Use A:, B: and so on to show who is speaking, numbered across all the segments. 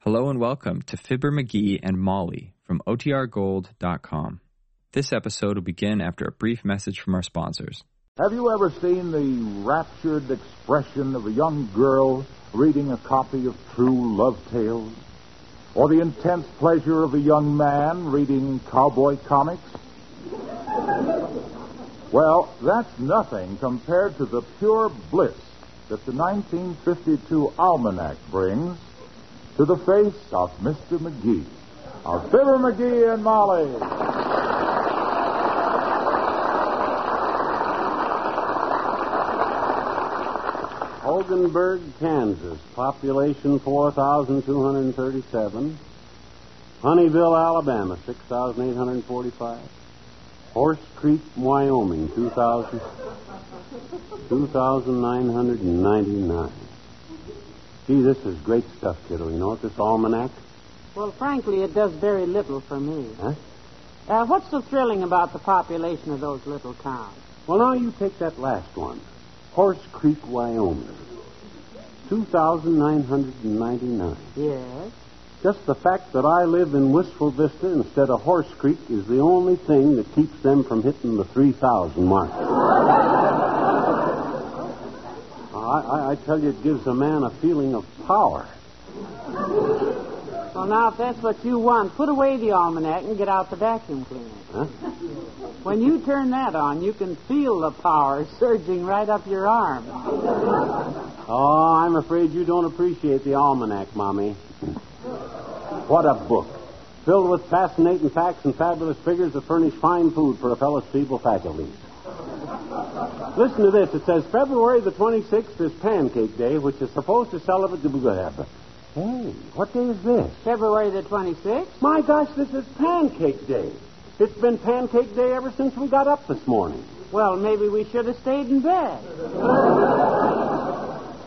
A: Hello and welcome to Fibber McGee and Molly from OTRGold.com. This episode will begin after a brief message from our sponsors.
B: Have you ever seen the raptured expression of a young girl reading a copy of True Love Tales? Or the intense pleasure of a young man reading cowboy comics? Well, that's nothing compared to the pure bliss that the 1952 Almanac brings to the face of Mr. McGee, of Fibber McGee and Molly.
C: Hoganberg, Kansas, population 4,237. Honeyville, Alabama, 6,845. Horse Creek, Wyoming, 2,000 2,999. Gee, this is great stuff, kiddo. You know it, this almanac?
D: Well, frankly, it does very little for me.
C: Huh?
D: Uh, what's so thrilling about the population of those little towns?
C: Well, now you take that last one Horse Creek, Wyoming, 2,999.
D: Yes.
C: Just the fact that I live in Wistful Vista instead of Horse Creek is the only thing that keeps them from hitting the 3,000 mark. I, I, I tell you, it gives a man a feeling of power.
D: Well, now, if that's what you want, put away the almanac and get out the vacuum cleaner.
C: Huh?
D: When you turn that on, you can feel the power surging right up your arm.
C: Oh, I'm afraid you don't appreciate the almanac, Mommy. what a book. Filled with fascinating facts and fabulous figures that furnish fine food for a fellow's feeble faculties. Listen to this. It says February the 26th is Pancake Day, which is supposed to celebrate the. Hey, what day is this?
D: February the 26th?
C: My gosh, this is Pancake Day. It's been Pancake Day ever since we got up this morning.
D: Well, maybe we should have stayed in bed.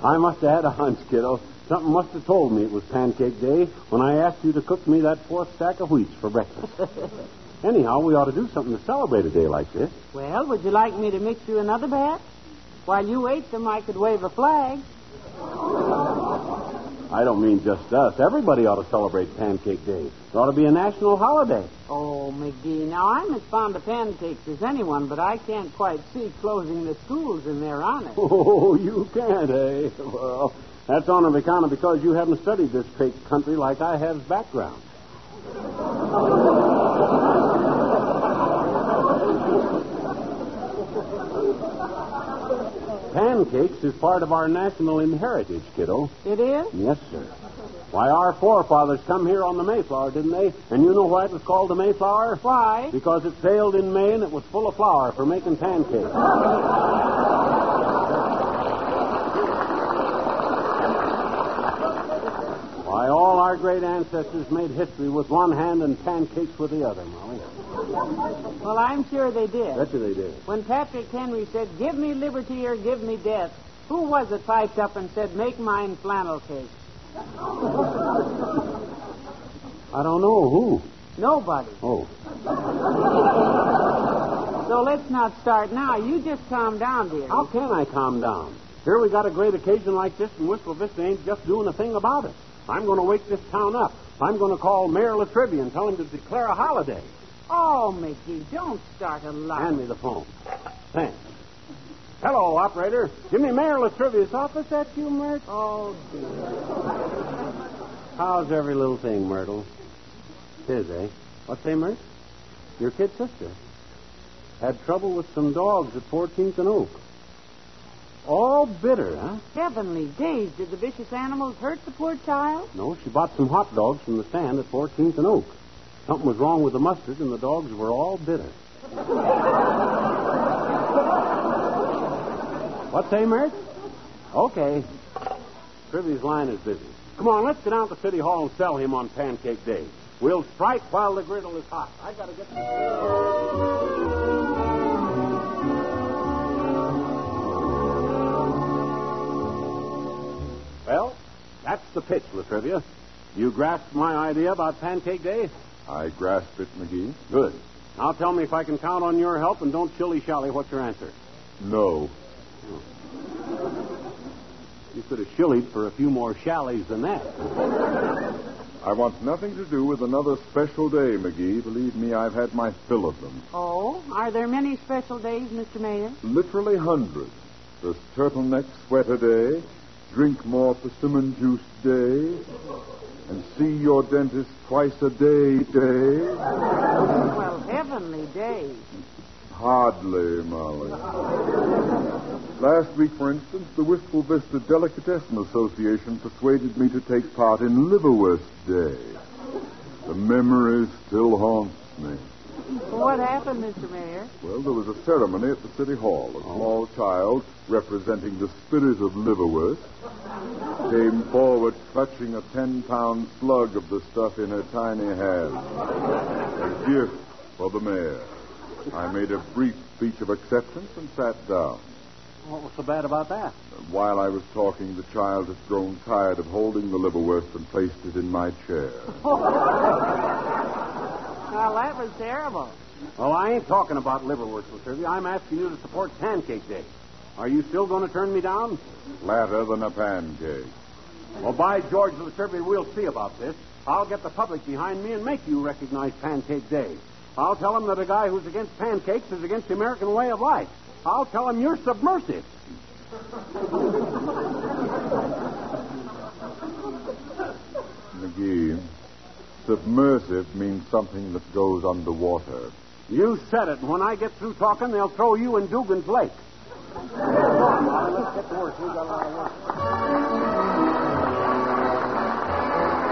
C: I must have had a hunch, kiddo. Something must have told me it was pancake day when I asked you to cook me that fourth stack of wheats for breakfast. Anyhow, we ought to do something to celebrate a day like this.
D: Well, would you like me to mix you another batch? While you ate them, I could wave a flag.
C: I don't mean just us. Everybody ought to celebrate pancake day. It ought to be a national holiday.
D: Oh, McGee, now I'm as fond of pancakes as anyone, but I can't quite see closing the schools in their honor.
C: Oh, you can't, eh? Well, that's on account of because you haven't studied this great country like I have background. Pancakes is part of our national inheritance, kiddo.
D: It is?
C: Yes, sir. Why, our forefathers come here on the Mayflower, didn't they? And you know why it was called the Mayflower?
D: Why?
C: Because it sailed in May and it was full of flour for making pancakes. Why, all our great ancestors made history with one hand and pancakes with the other, Molly.
D: Well, I'm sure they did.
C: Bet you they did.
D: When Patrick Henry said, Give me liberty or give me death, who was it piped up and said, Make mine flannel cake?
C: I don't know who.
D: Nobody.
C: Oh.
D: So let's not start now. You just calm down, dear.
C: How can I calm down? Here we got a great occasion like this, and Whistle Vista ain't just doing a thing about it. I'm going to wake this town up. I'm going to call Mayor Latribia and tell him to declare a holiday.
D: Oh, McGee, don't start a lot.
C: Hand me the phone. Thanks. Hello, operator. Give me Mayor Latrivia's office. That you, Mert?
D: Oh, dear.
C: How's every little thing, Myrtle? Tis, eh? What's say, Mert? Your kid sister. Had trouble with some dogs at 14th and Oak. All bitter, huh?
D: Heavenly days, did the vicious animals hurt the poor child?
C: No, she bought some hot dogs from the stand at 14th and Oak. Something was wrong with the mustard, and the dogs were all bitter. what say, Mert? Okay. Trivia's line is busy. Come on, let's get down to City Hall and sell him on Pancake Day. We'll strike while the griddle is hot. I gotta get. Well, that's the pitch, Latrivia. You grasped my idea about Pancake Day?
B: I grasp it, McGee.
C: Good. Now tell me if I can count on your help and don't shilly shally what's your answer.
B: No.
C: You could have shillied for a few more shallies than that.
B: I want nothing to do with another special day, McGee. Believe me, I've had my fill of them.
D: Oh, are there many special days, Mr. Mayor?
B: Literally hundreds. The turtleneck sweater day, drink more persimmon juice day, and see your dentist twice a day day.
D: Well, heavenly days.
B: Hardly, Molly. Last week, for instance, the Wistful Vista Delicatessen Association persuaded me to take part in Liverwurst Day. The memory still haunts me.
D: What happened, Mr. Mayor?
B: Well, there was a ceremony at the City Hall. A small child representing the spirit of liverwurst came forward clutching a ten pound slug of the stuff in her tiny hand. A gift for the mayor. I made a brief speech of acceptance and sat down.
C: What was so bad about that?
B: While I was talking, the child had grown tired of holding the liverwurst and placed it in my chair.
D: Well, that was terrible.
C: Well, I ain't talking about liverwurst, Latrivia. I'm asking you to support Pancake Day. Are you still going to turn me down?
B: Flatter than a pancake.
C: Well, by George, Latrivia, we'll see about this. I'll get the public behind me and make you recognize Pancake Day. I'll tell them that a guy who's against pancakes is against the American way of life. I'll tell them you're submersive.
B: McGee, submersive means something that goes underwater.
C: You said it, and when I get through talking, they'll throw you in Dugan's Lake. Come on, Molly, let's get to work. We've got a lot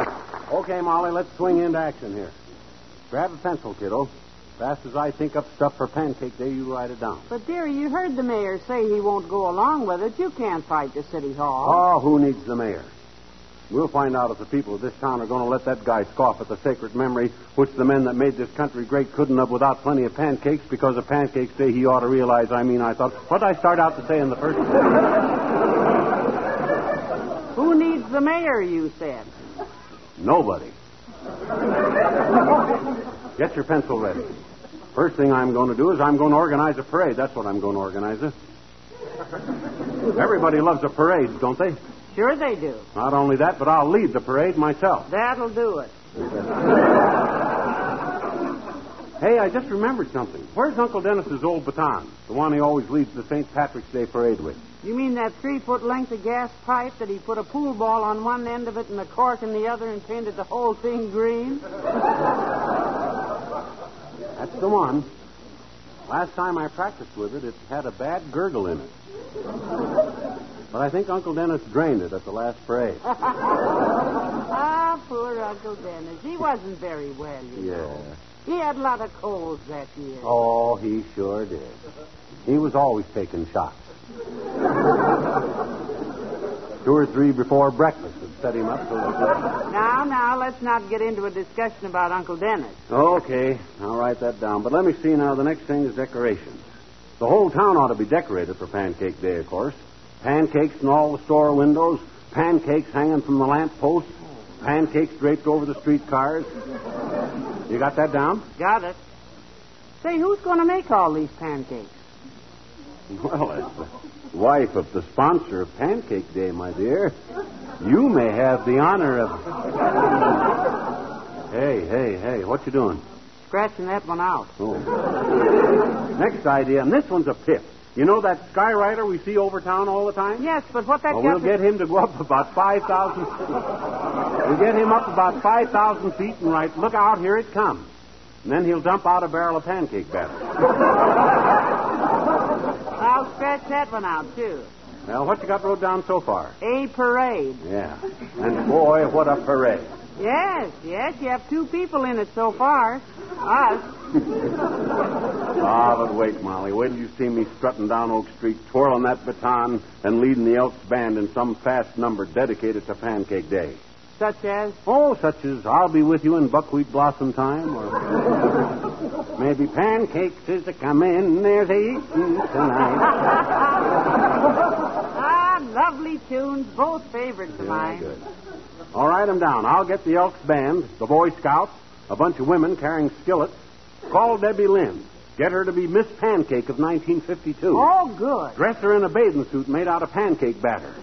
C: of work. Okay, Molly, let's swing into action here. Grab a pencil, kiddo. Fast as I think up stuff for Pancake Day, you write it down.
D: But, dearie, you heard the mayor say he won't go along with it. You can't fight the city hall.
C: Oh, who needs the mayor? We'll find out if the people of this town are going to let that guy scoff at the sacred memory which the men that made this country great couldn't have without plenty of pancakes because of Pancakes Day he ought to realize, I mean, I thought, what did I start out to say in the first place?
D: Who needs the mayor, you said?
C: Nobody. Get your pencil ready. First thing I'm going to do is I'm going to organize a parade. That's what I'm going to organize it. Everybody loves a parade, don't they?
D: Sure they do.
C: Not only that, but I'll lead the parade myself.
D: That'll do it.
C: Hey, I just remembered something. Where's Uncle Dennis's old baton? The one he always leads the St. Patrick's Day parade with.
D: You mean that three foot length of gas pipe that he put a pool ball on one end of it and a cork in the other and painted the whole thing green?
C: That's the one. Last time I practiced with it, it had a bad gurgle in it. But I think Uncle Dennis drained it at the last parade.
D: Ah, poor Uncle Dennis. He wasn't very well, you know. He had a lot of colds that year.
C: Oh, he sure did. He was always taking shots. Two or three before breakfast would set him up. So
D: Now, now, let's not get into a discussion about Uncle Dennis.
C: okay, I'll write that down. But let me see now. The next thing is decorations. The whole town ought to be decorated for Pancake Day, of course. Pancakes in all the store windows, pancakes hanging from the lamp posts, pancakes draped over the streetcars. You got that down?
D: Got it. Say, who's going to make all these pancakes?
C: Well, as the wife of the sponsor of Pancake Day, my dear, you may have the honor of. Hey, hey, hey! What you doing?
D: Scratching that one out.
C: Oh. Next idea, and this one's a pip. You know that skywriter we see over town all the time?
D: Yes, but what that
C: Well,
D: got
C: we'll
D: to-
C: get him to go up about five thousand. feet. We'll get him up about five thousand feet and write, "Look out! Here it comes." And then he'll dump out a barrel of pancake batter.
D: I'll scratch that one out, too.
C: Now, what you got wrote down so far?
D: A parade.
C: Yeah. And boy, what a parade!
D: Yes, yes, you have two people in it so far. Us.
C: Ah, but wait, Molly. Wait till you see me strutting down Oak Street, twirling that baton, and leading the Elks band in some fast number dedicated to Pancake Day.
D: Such as?
C: Oh, such as I'll be with you in buckwheat blossom time, or maybe pancakes is a comin', there's a eatin' tonight.
D: Ah, lovely tunes, both favorites of mine.
C: Good. All right, I'm down. I'll get the Elks band, the Boy Scouts, a bunch of women carrying skillets. Call Debbie Lynn. Get her to be Miss Pancake of 1952.
D: Oh, good.
C: Dress her in a bathing suit made out of pancake batter.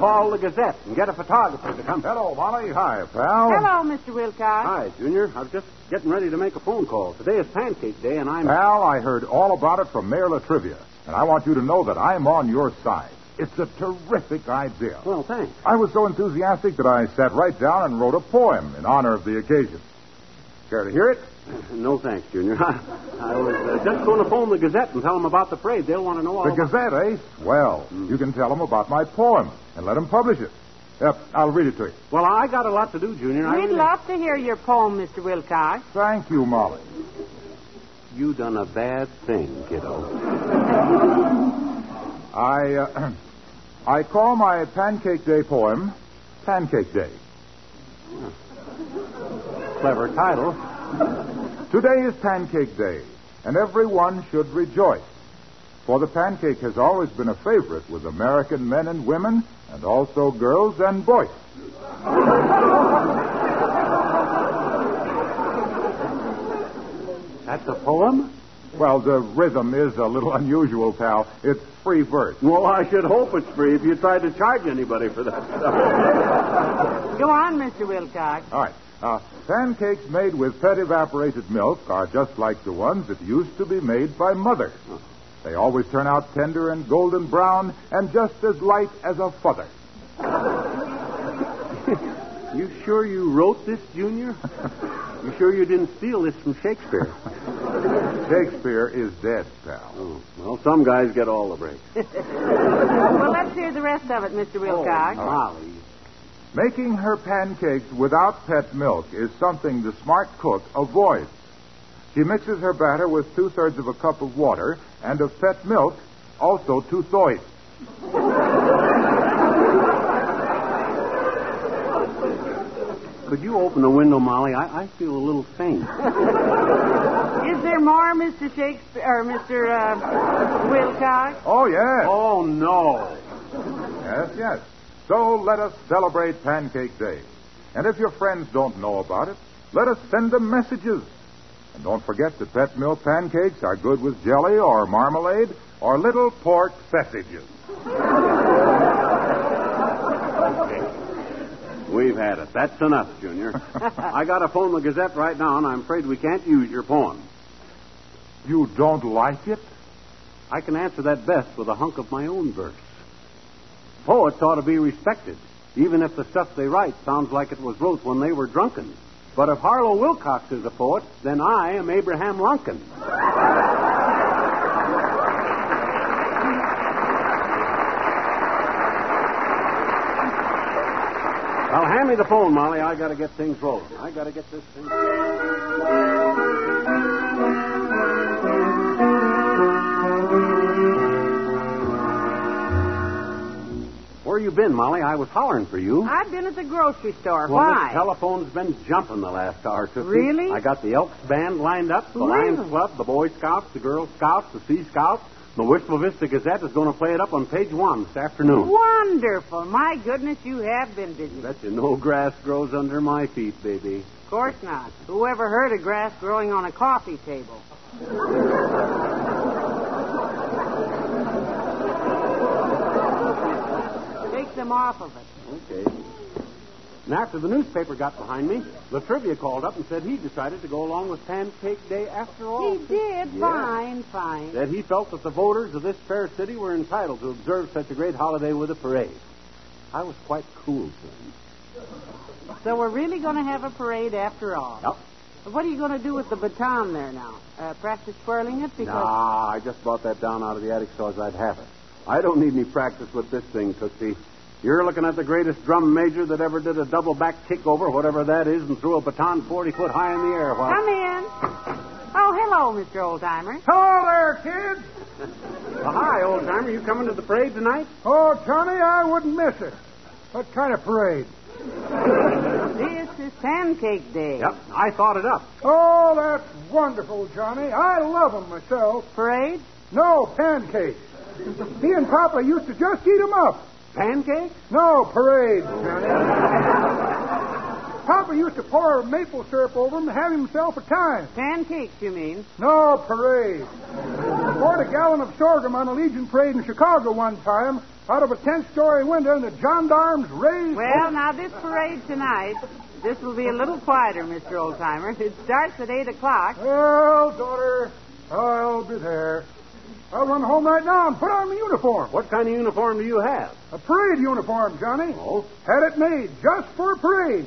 C: call the Gazette and get a photographer to come.
B: Hello, Molly. Hi, pal.
D: Hello, Mr. Wilcox.
C: Oh. Hi, Junior. I'm just getting ready to make a phone call. Today is Pancake Day, and I'm.
B: Pal, I heard all about it from Mayor Latrivia, and I want you to know that I'm on your side. It's a terrific idea.
C: Well, thanks.
B: I was so enthusiastic that I sat right down and wrote a poem in honor of the occasion. Care to hear it?
C: No thanks, Junior. I, I was uh, just going to phone the Gazette and tell them about the parade. They'll want to know all
B: The
C: about
B: Gazette, eh? Well, you can tell them about my poem and let them publish it. Yep, I'll read it to you.
C: Well, I got a lot to do, Junior. I
D: We'd
C: really...
D: love to hear your poem, Mr. Wilcox.
B: Thank you, Molly.
C: You done a bad thing, kiddo.
B: I, uh, I call my Pancake Day poem Pancake Day.
C: Clever title.
B: Today is Pancake Day, and everyone should rejoice. For the pancake has always been a favorite with American men and women, and also girls and boys.
C: That's a poem?
B: Well, the rhythm is a little unusual, pal. It's free verse.
C: Well, I should hope it's free if you tried to charge anybody for that
D: Go on, Mr. Wilcox.
B: All right. Uh, pancakes made with pet evaporated milk are just like the ones that used to be made by mothers. They always turn out tender and golden brown and just as light as a feather.
C: You sure you wrote this, Junior? you sure you didn't steal this from Shakespeare?
B: Shakespeare is dead, pal.
C: Oh, well, some guys get all the breaks.
D: Well, let's hear the rest of it,
C: Oh,
D: Mr. Wilcox.
C: Molly.
B: Making her pancakes without pet milk is something the smart cook avoids. She mixes her batter with two thirds of a cup of water and of pet milk, also two thoids.
C: Could you open the window, Molly? I, I feel a little faint.
D: Is there more, Mr. Shakespeare, or Mr. Uh, Wilcox?
B: Oh, yes.
C: oh, no.
B: Yes, yes. So let us celebrate Pancake Day. And if your friends don't know about it, let us send them messages. And don't forget that pet milk pancakes are good with jelly or marmalade or little pork sausages.
C: We've had it. That's enough, Junior. I got to phone the Gazette right now, and I'm afraid we can't use your poem.
B: You don't like it?
C: I can answer that best with a hunk of my own verse. Poets ought to be respected, even if the stuff they write sounds like it was wrote when they were drunken. But if Harlow Wilcox is a poet, then I am Abraham Lincoln. well, hand me the phone, Molly. I got to get things rolling. I got to get this thing. Where you been, Molly? I was hollering for you.
D: I've been at the grocery store.
C: Well,
D: Ah, Why?
C: this telephone's been jumping the last hour, Tootsie.
D: Really?
C: I got the Elks band lined up, the
D: Really?
C: Lions Club, the Boy Scouts, the Girl Scouts, the Sea Scouts. The Wistful Vista Gazette is going to play it up on page one this afternoon.
D: Wonderful. My goodness, you have been busy.
C: Bet you no grass grows under my feet, baby.
D: Of course not. Whoever heard of grass growing on a coffee table? Take them off of it.
C: Okay. And after the newspaper got behind me, La Trivia called up and said he decided to go along with Pancake Day after all.
D: He did.
C: Yeah.
D: Fine, fine.
C: that he felt that the voters of this fair city were entitled to observe such a great holiday with a parade. I was quite cool to him.
D: So we're really going to have a parade after all.
C: Yep.
D: What are you going to do with the baton there now? Uh, practice twirling it because
C: Nah, I just brought that down out of the attic so as I'd have it. I don't need any practice with this thing, Tootsie. You're looking at the greatest drum major that ever did a double back kick over whatever that is and threw a baton 40 foot high in the air while.
D: come in. Oh, hello, Mr. Oldtimer.
B: Hello there, kids.
C: Well, hi, old timer. You coming to the parade tonight?
B: Oh, Johnny, I wouldn't miss it. What kind of parade?
D: This is Pancake Day.
C: Yep. I thought it up.
B: Oh, that's wonderful, Johnny. I love 'em myself.
D: Parade?
B: No pancakes. He and Papa used to just eat 'em up.
C: Pancake?
B: No, parades, Johnny. Papa used to pour maple syrup over him and have himself a time.
D: Pancakes, you mean?
B: No, parade. Poured a gallon of sorghum on a Legion parade in Chicago one time,
E: out of a 10 story window and the gendarmes raised.
D: Well, now this parade tonight, this will be a little quieter, Mr. Oldtimer. It starts at 8 o'clock.
E: Well, daughter, I'll be there. I'll run home right now and put on my uniform.
C: What kind of uniform do you have?
E: A parade uniform, Johnny.
C: Oh?
E: Had it made just for a parade.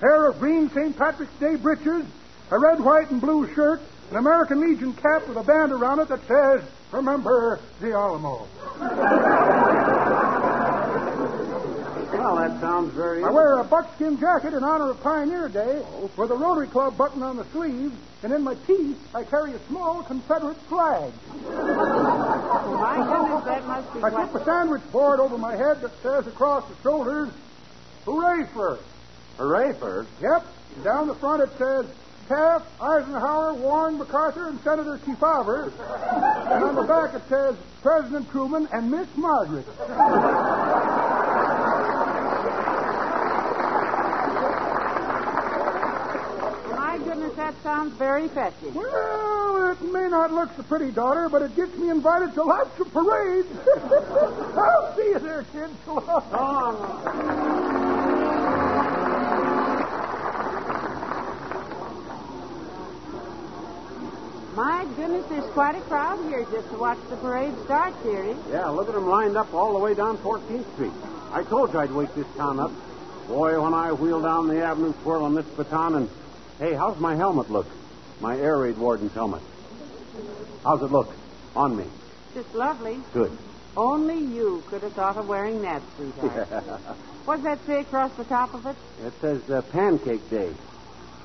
E: Pair of green St. Patrick's Day breeches, a red, white, and blue shirt, an American Legion cap with a band around it that says, Remember the Alamo.
C: Well, that sounds very.
E: I wear a buckskin jacket in honor of Pioneer Day with a Rotary Club button on the sleeve, and in my teeth I carry a small Confederate flag.
D: Oh, My goodness, that must be
E: I tip
D: quite...
E: a sandwich board over my head that says across the shoulders, Hooray for it."
C: Hooray first.
E: Yep. And down the front it says Taft, Eisenhower, Warren, MacArthur, and Senator Kefauver. and on the back it says President Truman and Miss Margaret.
D: My goodness, that sounds very festive.
E: Well, it may not look so pretty, daughter, but it gets me invited to lots of parades. I'll see you there, kid. So long.
B: Uh,
D: My goodness, there's quite a crowd here just to watch the parade start, dearie.
C: Yeah, look at them lined up all the way down 14th Street. I told you I'd wake this town up. Boy, when I wheel down the avenue twirling this baton and. Hey, how's my helmet look? My air raid warden's helmet. How's it look? On me.
D: Just lovely.
C: Good.
D: Only you could have thought of wearing that, sweetheart. What's that say across the top of it?
C: It says uh, Pancake Day.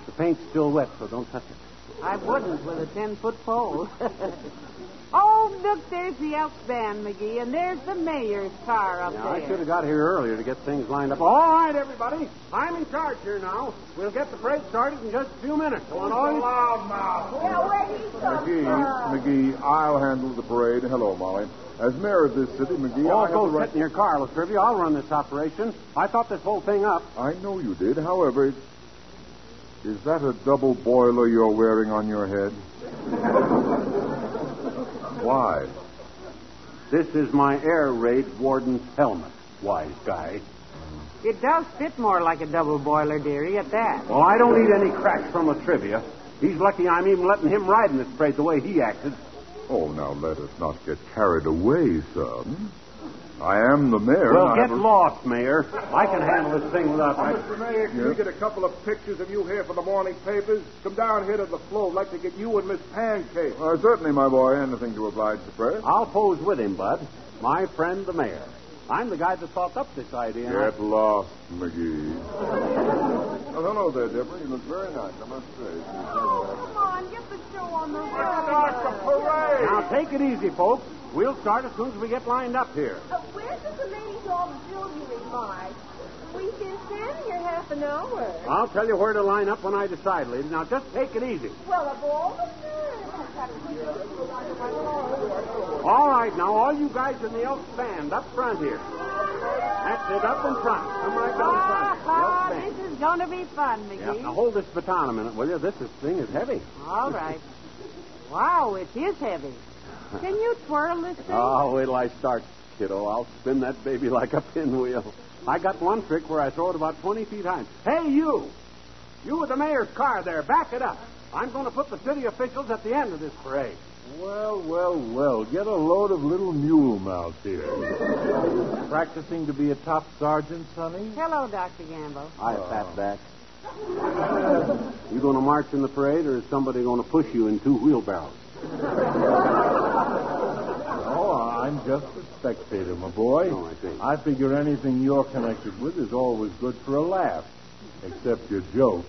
C: The paint's still wet, so don't touch it.
D: I wouldn't with a ten-foot pole. oh, look, there's the Elks band, McGee, and there's the mayor's car up
C: Now, I should
D: there.
C: have got here earlier to get things lined up. All right, everybody. I'm in charge here now. We'll get the parade started in just a few minutes. I want all you-
B: McGee, McGee, I'll handle the parade. Hello, Molly. As mayor of this city, McGee, I
C: Oh,
B: have the
C: go
B: right.
C: sit in your car, Latrivia. I'll run this operation. I thought this whole thing up.
B: I know you did. However, it's... is that a double boiler you're wearing on your head? Why?
C: This is my air raid warden's helmet, wise guy.
D: It does fit more like a double boiler, dearie, at that.
C: Well, I don't need any cracks from Latrivia. He's lucky I'm even letting him ride in this parade the way he acted.
B: Oh, now let us not get carried away, son. I am the mayor. and
C: Well,
B: I
C: get
B: have a-
C: lost, Mayor. I can handle this thing without my...
E: Mr. Mayor, can we get a couple of pictures of you here for the morning papers? Come down here to the floor. I'd like to get you and Miss Pancake.
B: Uh, certainly, my boy. Anything to oblige the press.
C: I'll pose with him, Bud. My friend, the mayor. I'm the guy that thought up this idea.
B: Get lost, McGee. well, hello there, Deborah. You look very nice, I must say.
F: Oh, Come on, get the show on the
B: Ah,
C: Now, take it easy, folks. We'll start as soon as we get lined up here.
F: Uh, where does the ladies' auxiliary lie? We've been standing here half an hour.
C: I'll tell you where to line up when I decide, ladies. Now, just take it easy.
F: Well, of all the things.
C: All right, now, all you guys in the elk stand up front here. That's it, up in front. Come right down
D: Ah,
C: front. The elk stand.
D: this is going to be fun, McGee.
C: Yep, now hold this baton a minute, will you? This is- thing is heavy.
D: All right. Wow, it is heavy. Can you twirl this thing?
C: Oh, wait till I start, kiddo. I'll spin that baby like a pinwheel. I got one trick where I throw it about 20 feet high. Hey, you! You with the mayor's car there, back it up. I'm going to put the city officials at the end of this parade.
B: Well, well, well. Get a load of little mule mouths here. Practicing to be a top sergeant, Sonny?
D: Hello, Dr. Gamble.
C: I pat back. You going to march in the parade, or is somebody going to push you in two wheelbarrows?
B: No, Oh, I'm just a spectator, my boy.
C: Oh, I see.
B: I figure anything you're connected with is always good for a laugh, except your jokes.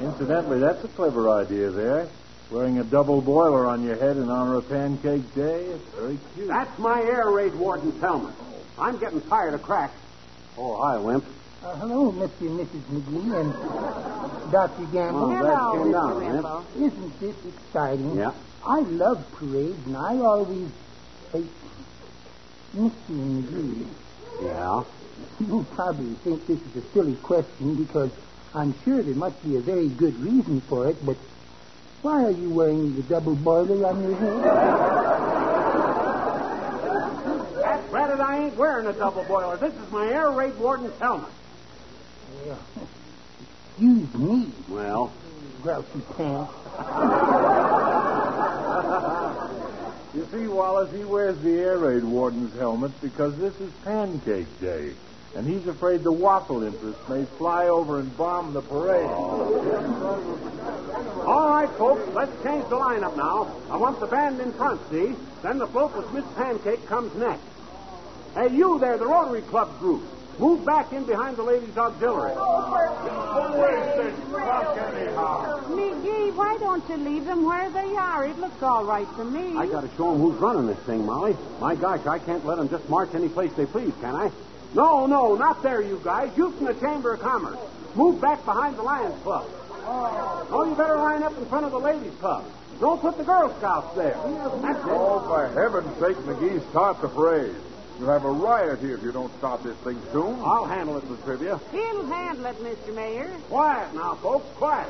B: Incidentally, that's a clever idea there. Wearing a double boiler on your head in honor of Pancake Day, it's very cute.
C: That's my air raid warden's helmet. I'm getting tired of cracks. Oh, hi, Wimp.
G: Uh, hello, Mr. and Mrs. McGee and Dr.
C: Oh,
G: Gamble.
C: that
D: Hello,
C: came
D: Mr.
C: down, eh?
D: Wimbo.
G: Isn't this exciting?
C: Yeah.
G: I love parades, and I always... Hey, Mr. McGee,
C: Yeah.
G: you probably think this is a silly question because I'm sure there must be a very good reason for it, but why are you wearing the double boiler on your head?
C: Spread it says I ain't wearing a double boiler. This is my air raid warden's helmet.
G: Excuse me,
C: Well,
G: grouchy pants.
B: You see, Wallace, he wears the air raid warden's helmet because this is pancake day. And he's afraid the waffle interest may fly over and bomb the parade. Oh,
C: all right, folks, let's change the lineup now. I want the band in front, see? Then the floatless Miss Pancake comes next. Hey, you there, the Rotary Club group. Move back in behind the ladies' auxiliary.
D: McGee, why don't you leave them where they are? It looks all right to me.
C: I gotta show 'em who's running this thing, Molly. My gosh, I can't let 'em just march any place they please, can I? No, no, not there, you guys. You from the Chamber of Commerce. Move back behind the Lions Club. Oh, you better line up in front of the Ladies Club. Don't put the Girl Scouts there. That's it.
B: Oh, for heaven's sake, McGee, stop the parade. You'll have a riot here if you don't stop this thing soon.
C: I'll handle it, Latrivia.
D: He'll handle it, Mr. Mayor.
C: Quiet now, folks, quiet.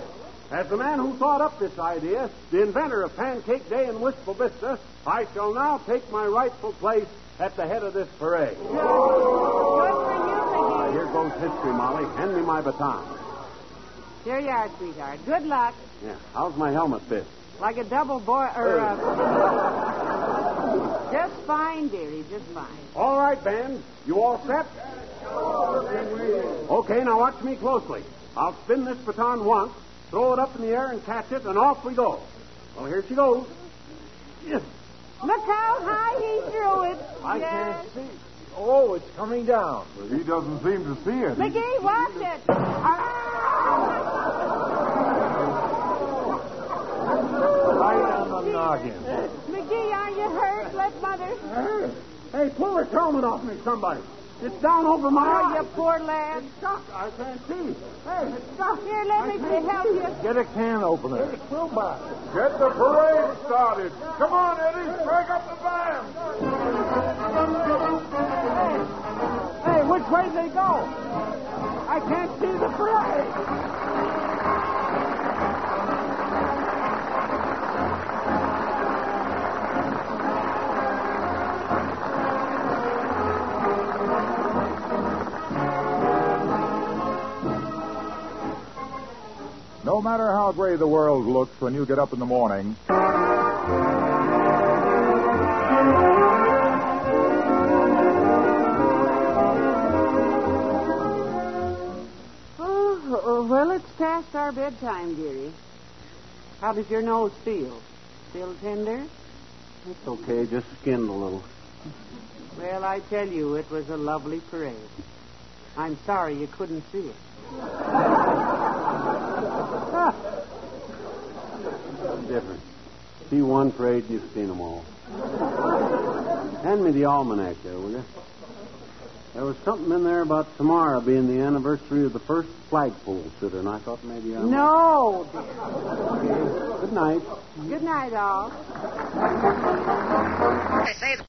C: As the man who thought up this idea, the inventor of Pancake Day in Wistful Vista, I shall now take my rightful place at the head of this parade.
D: Good for you,
C: Here goes history, Molly. Hand me my baton.
D: McGee. Here you are, sweetheart. Good luck.
C: Yeah, how's my helmet fit?
D: Like a double boy or a... just fine, dearie, just fine.
C: All right, Ben. You all set? Okay, now watch me closely. I'll spin this baton once, throw it up in the air and catch it, and off we go. Well, here she goes. Yes.
D: Look how high he threw it.
C: I
D: yes.
C: can't see.
B: Oh, it's coming down. He doesn't seem to see it.
D: McGee, watch it. Ah!
B: Right on the noggin.
D: McGee, are you hurt? Let mother.
C: Hey, pull this helmet off me, somebody. It's down over my
D: Oh,
C: eye.
D: you poor lad.
C: stuck. I can't see. Hey, it's stuck.
D: Here, let me help you.
B: Get a can opener. Get the parade started. Come on, Eddie. Break up the band.
C: Hey, which way did they go? I can't see the parade.
B: No matter how gray the world looks when you get up in the morning,
D: Oh, oh, well, it's past our bedtime, dearie. How does your nose feel? Still tender?
C: It's okay, just skinned a little.
D: Well, I tell you, it was a lovely parade. I'm sorry you couldn't see it.
C: Different. See one parade and you've seen them all. Hand me the almanac there, will you? There was something in there about tomorrow being the anniversary of the first flagpole sitter, and I thought maybe I.
D: No,
C: Good night.
D: dear. Good night, all.